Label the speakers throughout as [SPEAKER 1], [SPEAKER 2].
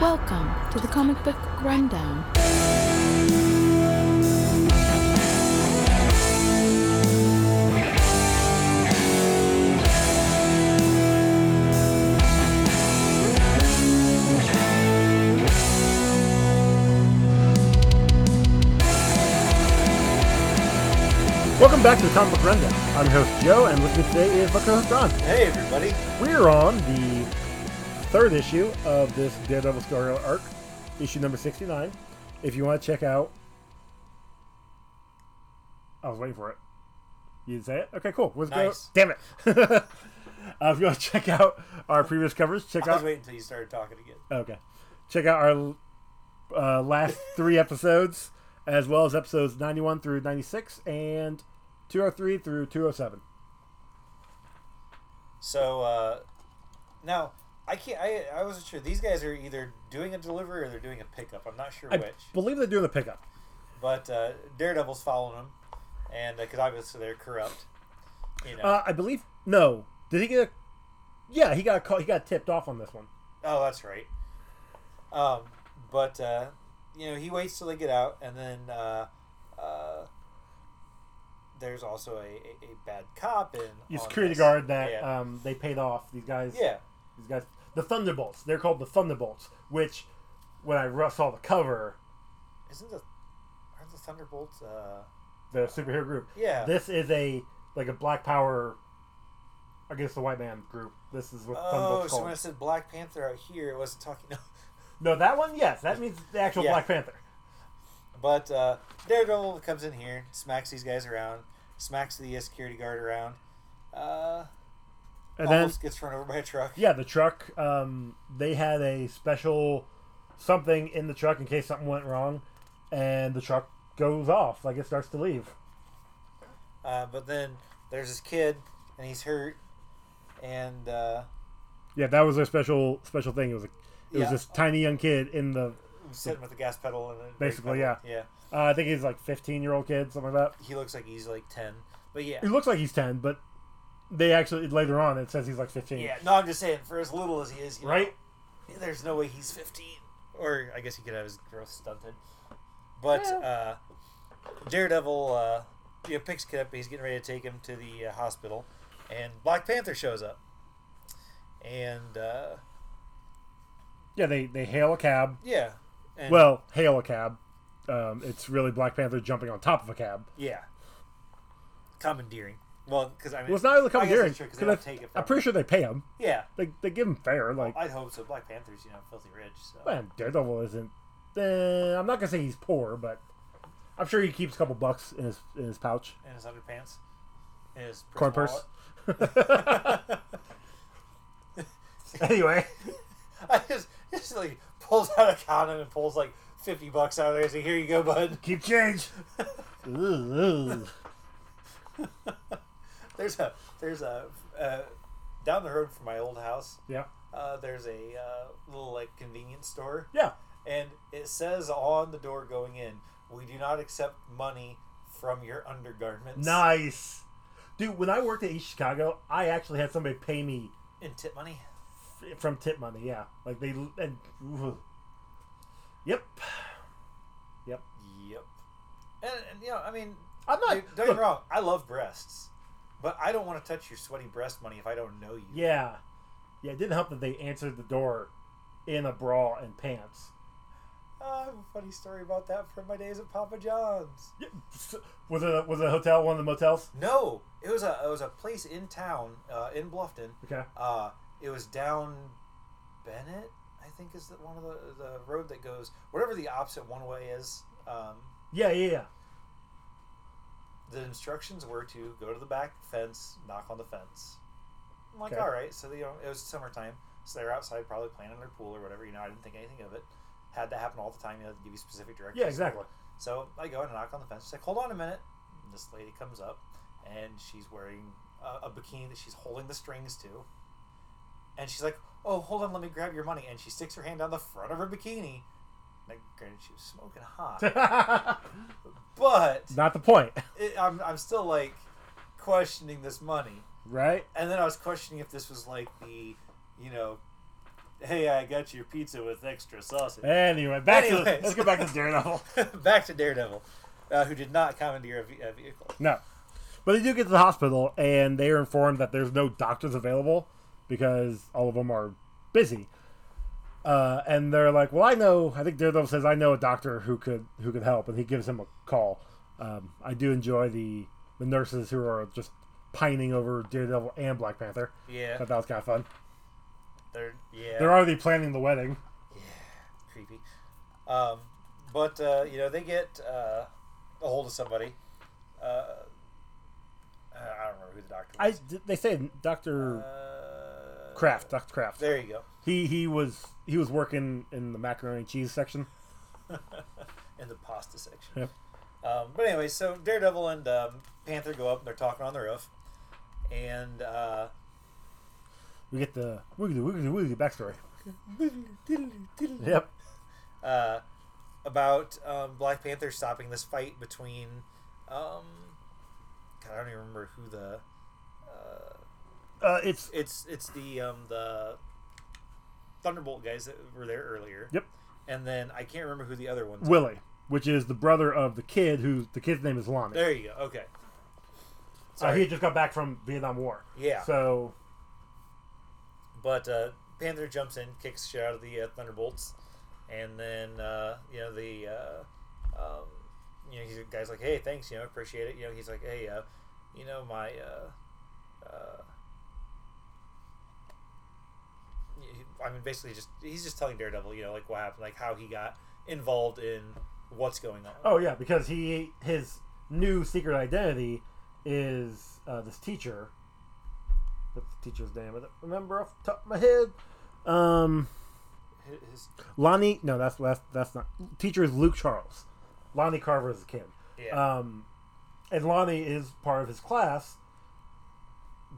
[SPEAKER 1] Welcome to the Comic Book Rundown.
[SPEAKER 2] Welcome back to the Comic Book Rundown. I'm your host Joe, and with me today is my co-host John.
[SPEAKER 3] Hey, everybody.
[SPEAKER 2] We're on the third issue of this Daredevil Scarlet arc, issue number 69. If you want to check out... I was waiting for it. You didn't say it? Okay, cool. Let's
[SPEAKER 3] Nice.
[SPEAKER 2] go. Damn it. uh, if you want to check out our previous covers, check
[SPEAKER 3] I was
[SPEAKER 2] out...
[SPEAKER 3] waiting until you started talking again.
[SPEAKER 2] Okay. Check out our uh, last three episodes, as well as episodes 91 through 96 and 203 through 207.
[SPEAKER 3] So uh, now I can't. I, I wasn't sure. These guys are either doing a delivery or they're doing a pickup. I'm not sure
[SPEAKER 2] I
[SPEAKER 3] which.
[SPEAKER 2] believe they're doing the pickup.
[SPEAKER 3] But uh, Daredevil's following them, and because obviously they're corrupt, you know.
[SPEAKER 2] Uh, I believe no. Did he get? A, yeah, he got caught. He got tipped off on this one.
[SPEAKER 3] oh, that's right. Um, but uh, you know, he waits till they get out, and then uh, uh, there's also a, a, a bad cop and
[SPEAKER 2] The security guard that um, they paid off. These guys.
[SPEAKER 3] yeah.
[SPEAKER 2] These guys. The Thunderbolts. They're called the Thunderbolts. Which, when I re- saw the cover,
[SPEAKER 3] Isn't the aren't the Thunderbolts? Uh,
[SPEAKER 2] the superhero group.
[SPEAKER 3] yeah.
[SPEAKER 2] This is a like a Black Power against the white man group. This is what
[SPEAKER 3] oh,
[SPEAKER 2] Thunderbolts
[SPEAKER 3] so
[SPEAKER 2] called.
[SPEAKER 3] when I said Black Panther out here, it wasn't talking.
[SPEAKER 2] No, that one. Yes, that means the actual
[SPEAKER 3] Yeah.
[SPEAKER 2] Black Panther.
[SPEAKER 3] but uh, Daredevil comes in here, smacks these guys around, smacks the uh, security guard around, uh,
[SPEAKER 2] And then
[SPEAKER 3] almost gets run over by a truck.
[SPEAKER 2] Yeah, the truck. Um, they had a special something in the truck in case something went wrong, and the truck goes off. Like it starts to leave.
[SPEAKER 3] Uh, but then there's this kid, and he's hurt, and uh,
[SPEAKER 2] Yeah, that was their special special thing. It was a, it was
[SPEAKER 3] Yeah.
[SPEAKER 2] this tiny young kid in the.
[SPEAKER 3] sitting with the gas pedal and a brake
[SPEAKER 2] Basically,
[SPEAKER 3] pedal. yeah,
[SPEAKER 2] Uh, I think he's like fifteen year old kid, something like that.
[SPEAKER 3] He looks like he's like ten, but yeah,
[SPEAKER 2] He looks like he's ten, but they actually later on it says he's like fifteen.
[SPEAKER 3] yeah. No, I'm just saying, for as little as he is, you know,
[SPEAKER 2] Right.
[SPEAKER 3] There's no way he's 15. Or I guess he could have his growth stunted. But uh, Daredevil uh, you know, picks Kid up. He's getting ready to take him to the uh, hospital. And Black Panther shows up. And uh,
[SPEAKER 2] Yeah, they they hail a cab.
[SPEAKER 3] yeah. And,
[SPEAKER 2] Well, hail a cab. Um, it's really Black Panther jumping on top of a cab.
[SPEAKER 3] Yeah. Commandeering. Well, because I mean.
[SPEAKER 2] Well, it's not really
[SPEAKER 3] I guess
[SPEAKER 2] commandeering.
[SPEAKER 3] that's true, 'cause
[SPEAKER 2] 'cause
[SPEAKER 3] they don't
[SPEAKER 2] I-
[SPEAKER 3] take it from
[SPEAKER 2] I'm pretty sure they pay him.
[SPEAKER 3] him. Yeah.
[SPEAKER 2] They, they give him fair. Like
[SPEAKER 3] I'd hope so. Black Panther's, you know, filthy rich. So.
[SPEAKER 2] Well, Daredevil isn't. Uh, I'm not gonna say he's poor, but I'm sure he keeps a couple bucks in his in his pouch,
[SPEAKER 3] In his underpants. In his prison
[SPEAKER 2] corn purse.
[SPEAKER 3] wallet.
[SPEAKER 2] anyway,
[SPEAKER 3] I just, just like pulls out a condom and pulls like fifty bucks out of there. and He's like, "Here you go, bud.
[SPEAKER 2] keep change. Ooh,
[SPEAKER 3] There's a there's a uh, down the road from my old house.
[SPEAKER 2] yeah,
[SPEAKER 3] Uh, there's a uh, little like convenience store,
[SPEAKER 2] yeah.
[SPEAKER 3] and it says on the door going in, "We do not accept money from your undergarments."
[SPEAKER 2] Nice, dude. When I worked at East Chicago, I actually had somebody pay me
[SPEAKER 3] and tip money.
[SPEAKER 2] f- from tip money. Yeah, like they and ooh. yep, yep.
[SPEAKER 3] Yep. And, and you know, I mean,
[SPEAKER 2] I'm not.
[SPEAKER 3] dude, don't get
[SPEAKER 2] look,
[SPEAKER 3] me wrong. I love breasts, but I don't want to touch your sweaty breast money if I don't know you.
[SPEAKER 2] Yeah, yeah. It didn't help that they answered the door in a bra and pants.
[SPEAKER 3] Oh, I have a funny story about that from my days at Papa John's.
[SPEAKER 2] Yeah, was it a, was it a hotel? One of the motels?
[SPEAKER 3] No, it was a it was a place in town uh, in Bluffton.
[SPEAKER 2] Okay.
[SPEAKER 3] Uh, it was down Bennett, I think, is the, one of the the road that goes whatever the opposite one way is. Um,
[SPEAKER 2] Yeah, yeah, yeah.
[SPEAKER 3] the instructions were to go to the back fence, knock on the fence. I'm like,
[SPEAKER 2] Okay.
[SPEAKER 3] all right. So they, you know, it was summertime, so they're outside probably playing in their pool or whatever. You know, I didn't think anything of it. Had that happen all the time. You know, they give you specific directions.
[SPEAKER 2] Yeah, exactly.
[SPEAKER 3] So I go and knock on the fence. She's like, hold on a minute. And this lady comes up, and she's wearing a, a bikini that she's holding the strings to. And she's like, oh, hold on, let me grab your money. And she sticks her hand down the front of her bikini. Like, granted, she was smoking hot. but
[SPEAKER 2] Not the point,
[SPEAKER 3] it, I'm, I'm still, like, questioning this money.
[SPEAKER 2] right?
[SPEAKER 3] And then I was questioning if this was, like, the, you know, hey, I got your pizza with extra sausage.
[SPEAKER 2] Anyway, back to
[SPEAKER 3] Anyways.
[SPEAKER 2] let's go back to Daredevil.
[SPEAKER 3] Back to Daredevil, uh, who did not commandeer a, ve- a vehicle.
[SPEAKER 2] No. But they do get to the hospital and they are informed that there's no doctors available because all of them are busy. Uh, and they're like, "Well, I know. I think Daredevil says I know a doctor who could who could help," and he gives him a call. Um, I do enjoy the the nurses who are just pining over Daredevil and Black Panther.
[SPEAKER 3] Yeah,
[SPEAKER 2] Thought that was kind of fun.
[SPEAKER 3] they're yeah,
[SPEAKER 2] They're already planning the wedding.
[SPEAKER 3] creepy. Um, but uh, you know, they get uh, a hold of somebody. Uh, I don't remember who the doctor
[SPEAKER 2] I
[SPEAKER 3] was.
[SPEAKER 2] they say Doctor
[SPEAKER 3] uh,
[SPEAKER 2] Kraft, Doctor Kraft.
[SPEAKER 3] There you go.
[SPEAKER 2] He he was he was working in the macaroni and cheese section.
[SPEAKER 3] in the pasta section.
[SPEAKER 2] Yep.
[SPEAKER 3] Um, but anyway, so Daredevil and um, Panther go up and they're talking on the roof, and uh,
[SPEAKER 2] We get the wiggly wiggly wiggly backstory. Yep.
[SPEAKER 3] uh, about um, Black Panther stopping this fight between. Um, God, I don't even remember who the. Uh,
[SPEAKER 2] Uh, it's
[SPEAKER 3] it's it's the um, the Thunderbolt guys that were there earlier.
[SPEAKER 2] Yep.
[SPEAKER 3] And then I can't remember who the other ones. were.
[SPEAKER 2] Willie, which is the brother of the kid who the kid's name is Lonnie.
[SPEAKER 3] There you go. Okay.
[SPEAKER 2] Uh,
[SPEAKER 3] Sorry.
[SPEAKER 2] he had just got back from Vietnam War.
[SPEAKER 3] yeah.
[SPEAKER 2] So
[SPEAKER 3] But uh, Panther jumps in, kicks shit out of the uh, Thunderbolts, and then uh, you know the uh, um, you know he's, the guy's like, "Hey, thanks, you know, appreciate it." You know, he's like, "Hey, uh, you know my uh, uh, y- I mean, basically just he's just telling Daredevil, you know, like what happened, like how he got involved in what's going on."
[SPEAKER 2] oh yeah, because he his new secret identity is uh, this teacher. What's the teacher's name? I don't remember off the top of my head. Um,
[SPEAKER 3] His, his-
[SPEAKER 2] Lonnie. No, that's that's that's not. Teacher is Luke Charles. Lonnie Carver is the kid.
[SPEAKER 3] yeah,
[SPEAKER 2] Um, and Lonnie is part of his class.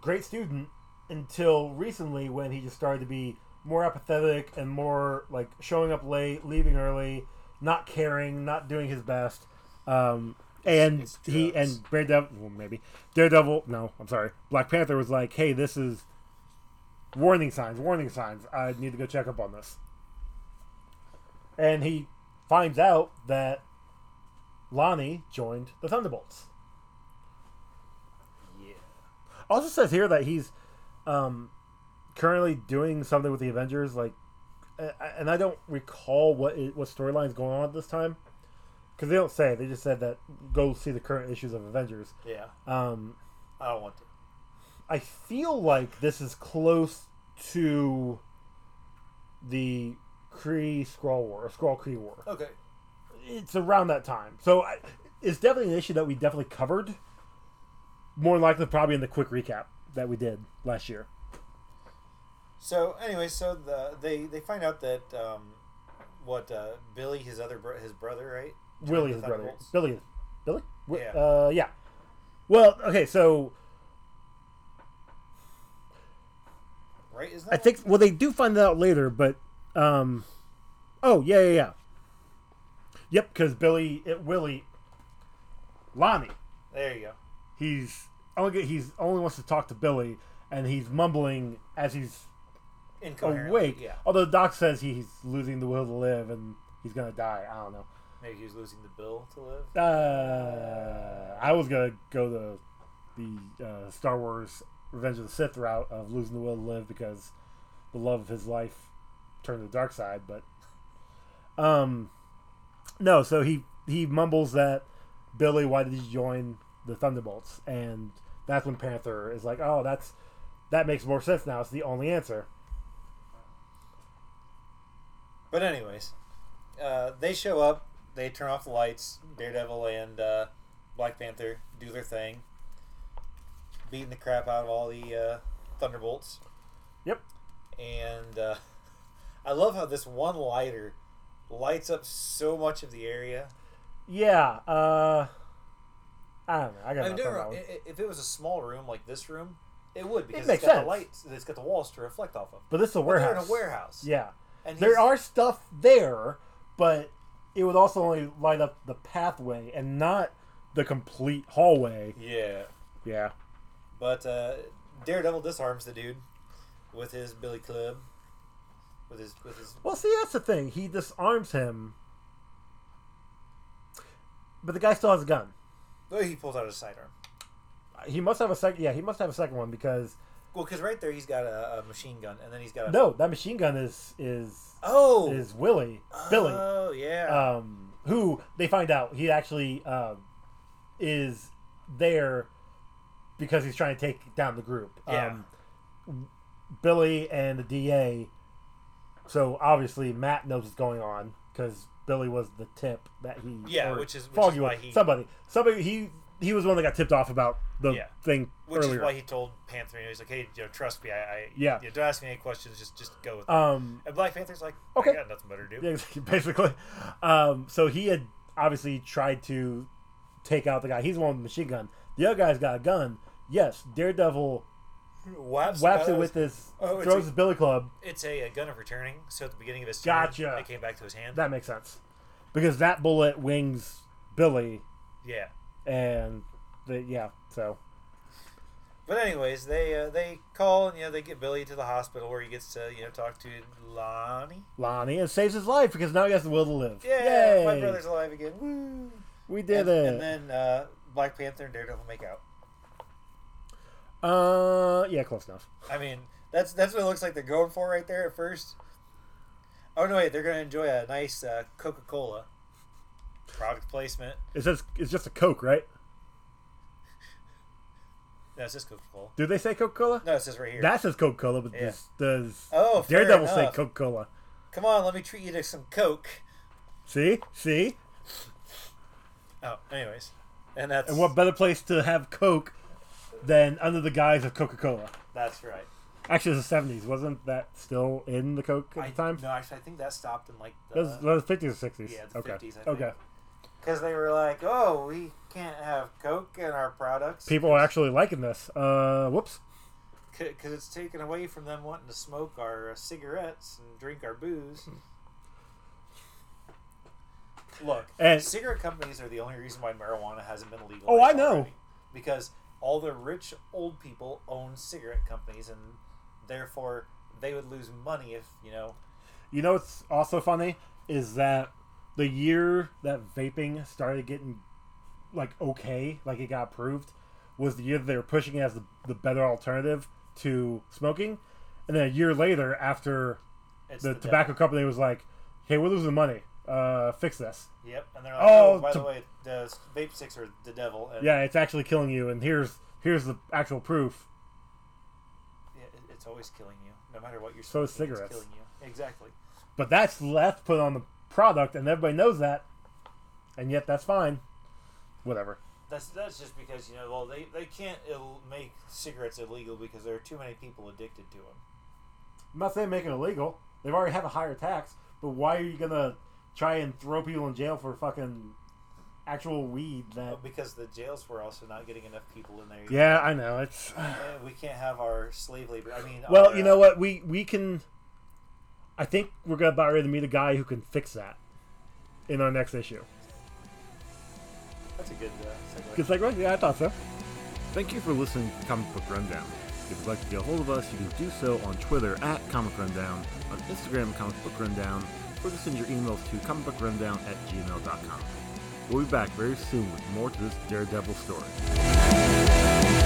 [SPEAKER 2] Great student until recently when he just started to be more apathetic and more like showing up late, leaving early, not caring, not doing his best. Um, and
[SPEAKER 3] It's- it's
[SPEAKER 2] he
[SPEAKER 3] drugs.
[SPEAKER 2] and Daredevil, well, maybe Daredevil. No, I'm sorry. Black Panther was like, "Hey, this is warning signs, warning signs. I need to go check up on this." And he finds out that Lonnie joined the Thunderbolts.
[SPEAKER 3] yeah.
[SPEAKER 2] Also says here that he's um, currently doing something with the Avengers, like, a- a- and I don't recall what it, what storyline's going on at this time because they don't say. They just said that go see the current issues of Avengers.
[SPEAKER 3] yeah.
[SPEAKER 2] Um,
[SPEAKER 3] I don't want to.
[SPEAKER 2] I feel like this is close to the Kree Skrull War or Skrull Kree War.
[SPEAKER 3] Okay.
[SPEAKER 2] It's around that time, so I, it's definitely an issue that we definitely covered. More than likely, probably in the quick recap that we did last year.
[SPEAKER 3] So anyway, so the they they find out that um, what uh, Billy, his other bro- his brother, right?
[SPEAKER 2] Willie,
[SPEAKER 3] the
[SPEAKER 2] his brother.
[SPEAKER 3] Thunderbolts.
[SPEAKER 2] Billy, is- Billy. Wi-
[SPEAKER 3] Yeah.
[SPEAKER 2] Uh, yeah. Well, okay, so
[SPEAKER 3] Right? Isn't that
[SPEAKER 2] I think well they do find that out later, but um, oh yeah, yeah, yeah. Yep, because Billy, it, Willie, Lonnie,
[SPEAKER 3] what- there you go.
[SPEAKER 2] he's only he's only wants to talk to Billy, and he's mumbling as he's
[SPEAKER 3] Incoherent.
[SPEAKER 2] awake.
[SPEAKER 3] Yeah.
[SPEAKER 2] Although Doc says he's losing the will to live and he's gonna die. I don't know.
[SPEAKER 3] Maybe he was losing the bill to live.
[SPEAKER 2] Uh, I was gonna go the the uh, Star Wars Revenge of the Sith route of losing the will to live because the love of his life turned to the dark side, but um, no. So he he mumbles that Billy, why did you join the Thunderbolts? And that's when Panther is like, oh, that's that makes more sense now. It's the only answer.
[SPEAKER 3] But anyways, uh, they show up. They turn off the lights. Daredevil and uh, Black Panther do their thing, beating the crap out of all the uh, Thunderbolts.
[SPEAKER 2] Yep.
[SPEAKER 3] And uh, I love how this one lighter lights up so much of the area.
[SPEAKER 2] Yeah. Uh, I don't know. I got
[SPEAKER 3] I mean, don't get
[SPEAKER 2] nothing on
[SPEAKER 3] me
[SPEAKER 2] that
[SPEAKER 3] wrong,
[SPEAKER 2] one.
[SPEAKER 3] i- i- if it was a small room like this room, it would because it
[SPEAKER 2] makes
[SPEAKER 3] has got
[SPEAKER 2] sense.
[SPEAKER 3] the lights, it's got the walls to reflect off of.
[SPEAKER 2] But this is a
[SPEAKER 3] But they're
[SPEAKER 2] warehouse.
[SPEAKER 3] in a warehouse.
[SPEAKER 2] Yeah.
[SPEAKER 3] and
[SPEAKER 2] There
[SPEAKER 3] he's-
[SPEAKER 2] are stuff there, but it would also only light up the pathway and not the complete hallway.
[SPEAKER 3] Yeah,
[SPEAKER 2] Yeah.
[SPEAKER 3] but uh, Daredevil disarms the dude with his billy club, with his with his
[SPEAKER 2] Well, see, that's the thing. He disarms him, but the guy still has a gun.
[SPEAKER 3] oh, he pulls out his sidearm.
[SPEAKER 2] He must have a second. Yeah, he must have a second one because
[SPEAKER 3] Well, because right there he's got a, a machine gun, and then he's got a
[SPEAKER 2] no, that machine gun is is
[SPEAKER 3] Oh,
[SPEAKER 2] is Willie Billy,
[SPEAKER 3] Oh yeah.
[SPEAKER 2] um, who they find out he actually uh, is there because he's trying to take down the group.
[SPEAKER 3] Yeah.
[SPEAKER 2] Um, Billy and the DA. So obviously Matt knows what's going on because Billy was the tip that he
[SPEAKER 3] Yeah,
[SPEAKER 2] or
[SPEAKER 3] which is- which
[SPEAKER 2] Foggy
[SPEAKER 3] is why
[SPEAKER 2] was-
[SPEAKER 3] he-
[SPEAKER 2] somebody somebody he he was the one that got tipped off about the
[SPEAKER 3] Yeah.
[SPEAKER 2] thing
[SPEAKER 3] which
[SPEAKER 2] earlier.
[SPEAKER 3] is why he told Panther, you know, he's like, "Hey, you know, trust me. I, I
[SPEAKER 2] Yeah.
[SPEAKER 3] you know, don't ask me any questions. Just, just go with it."
[SPEAKER 2] um,
[SPEAKER 3] and Black Panther's like,
[SPEAKER 2] okay.
[SPEAKER 3] I got nothing better to do."
[SPEAKER 2] yeah, basically, um, so he had obviously tried to take out the guy. He's the one with the machine gun. The other guy's got a gun. Yes, Daredevil
[SPEAKER 3] Waps,
[SPEAKER 2] whaps it
[SPEAKER 3] knows-
[SPEAKER 2] with this,
[SPEAKER 3] Oh, it's
[SPEAKER 2] throws
[SPEAKER 3] a-
[SPEAKER 2] his billy club.
[SPEAKER 3] It's a, a gun of returning. So at the beginning of his
[SPEAKER 2] Gotcha.
[SPEAKER 3] turn, it came back to his hand.
[SPEAKER 2] That makes sense because that bullet wings Billy,
[SPEAKER 3] yeah.
[SPEAKER 2] and the, yeah, so
[SPEAKER 3] But anyways, they uh, they call and you know they get Billy to the hospital where he gets to you know talk to Lonnie.
[SPEAKER 2] Lonnie it saves his life because now he has the will to live.
[SPEAKER 3] Yeah,
[SPEAKER 2] Yay!
[SPEAKER 3] my brother's alive again. Woo!
[SPEAKER 2] we did
[SPEAKER 3] and,
[SPEAKER 2] it.
[SPEAKER 3] And then uh, Black Panther and Daredevil make out.
[SPEAKER 2] uh, yeah, close enough.
[SPEAKER 3] I mean, that's that's what it looks like they're going for right there at first. Oh no, wait, they're gonna enjoy a nice uh, Coca Cola product placement.
[SPEAKER 2] It says it's just a Coke, right?
[SPEAKER 3] No, it says Coca Cola.
[SPEAKER 2] Do they say Coca Cola?
[SPEAKER 3] No, it says right here.
[SPEAKER 2] That says Coca Cola, but
[SPEAKER 3] Yeah.
[SPEAKER 2] does, does
[SPEAKER 3] Oh, fair
[SPEAKER 2] Daredevil say
[SPEAKER 3] enough.
[SPEAKER 2] Coca Cola?
[SPEAKER 3] Come on, let me treat you to some Coke.
[SPEAKER 2] See, see,
[SPEAKER 3] Oh, anyways, and that's
[SPEAKER 2] and what better place to have Coke than under the guise of Coca Cola?
[SPEAKER 3] that's right.
[SPEAKER 2] Actually, it's the seventies. Wasn't that still in the Coke at the time?
[SPEAKER 3] No, actually, I think that stopped in like
[SPEAKER 2] That was- that
[SPEAKER 3] the
[SPEAKER 2] was fifties or sixties.
[SPEAKER 3] yeah, the
[SPEAKER 2] okay.
[SPEAKER 3] 50s, I think.
[SPEAKER 2] okay.
[SPEAKER 3] because they were like, oh, we can't have Coke in our products
[SPEAKER 2] People are actually liking this. Uh, whoops.
[SPEAKER 3] because it's taken away from them wanting to smoke our uh, cigarettes and drink our booze.
[SPEAKER 2] Hmm.
[SPEAKER 3] Look,
[SPEAKER 2] And-
[SPEAKER 3] cigarette companies are the only reason why marijuana hasn't been legal.
[SPEAKER 2] Oh, I know.
[SPEAKER 3] because all the rich old people own cigarette companies, and therefore they would lose money if you know.
[SPEAKER 2] You know what's also funny is that the year that vaping started getting like okay, like it got approved, was the year that they were pushing it as the, the better alternative to smoking, and then a year later, after
[SPEAKER 3] It's
[SPEAKER 2] the,
[SPEAKER 3] devil.
[SPEAKER 2] tobacco company was like, "Hey, we're losing money. Uh, fix this.
[SPEAKER 3] Yep, and they're like, oh,
[SPEAKER 2] Oh,
[SPEAKER 3] by
[SPEAKER 2] to-
[SPEAKER 3] the way, the vape sticks are the devil. And
[SPEAKER 2] Yeah, it's actually killing you, and here's here's the actual proof."
[SPEAKER 3] Yeah, it- it's always killing you, no matter what you're smoking.
[SPEAKER 2] So is cigarettes.
[SPEAKER 3] It's killing you. Exactly.
[SPEAKER 2] But that's left put on the product, and everybody knows that, and yet that's fine. Whatever.
[SPEAKER 3] That's that's just because you know, well, they they can't Ill- make cigarettes illegal because there are too many people addicted to them.
[SPEAKER 2] I'm not saying make it illegal. They've already have a higher tax, but why are you gonna try and throw people in jail for fucking actual weed? That
[SPEAKER 3] But because the jails were also not getting enough people in there.
[SPEAKER 2] yeah, I know it's.
[SPEAKER 3] Eh, We can't have our slave labor. I mean,
[SPEAKER 2] Well,
[SPEAKER 3] our,
[SPEAKER 2] you
[SPEAKER 3] uh,
[SPEAKER 2] know what? We we can. I think we're gonna about ready to meet a guy who can fix that in our next issue.
[SPEAKER 3] That's a good uh, segue.
[SPEAKER 2] Good segue. Yeah, I thought so. Thank you for listening to Comic Book Rundown. If you'd like to get a hold of us, you can do so on Twitter at Comic Rundown, on Instagram Comic Book Rundown, or just send your emails to comicbookrundown at gmail.com. We'll be back very soon with more to this Daredevil story.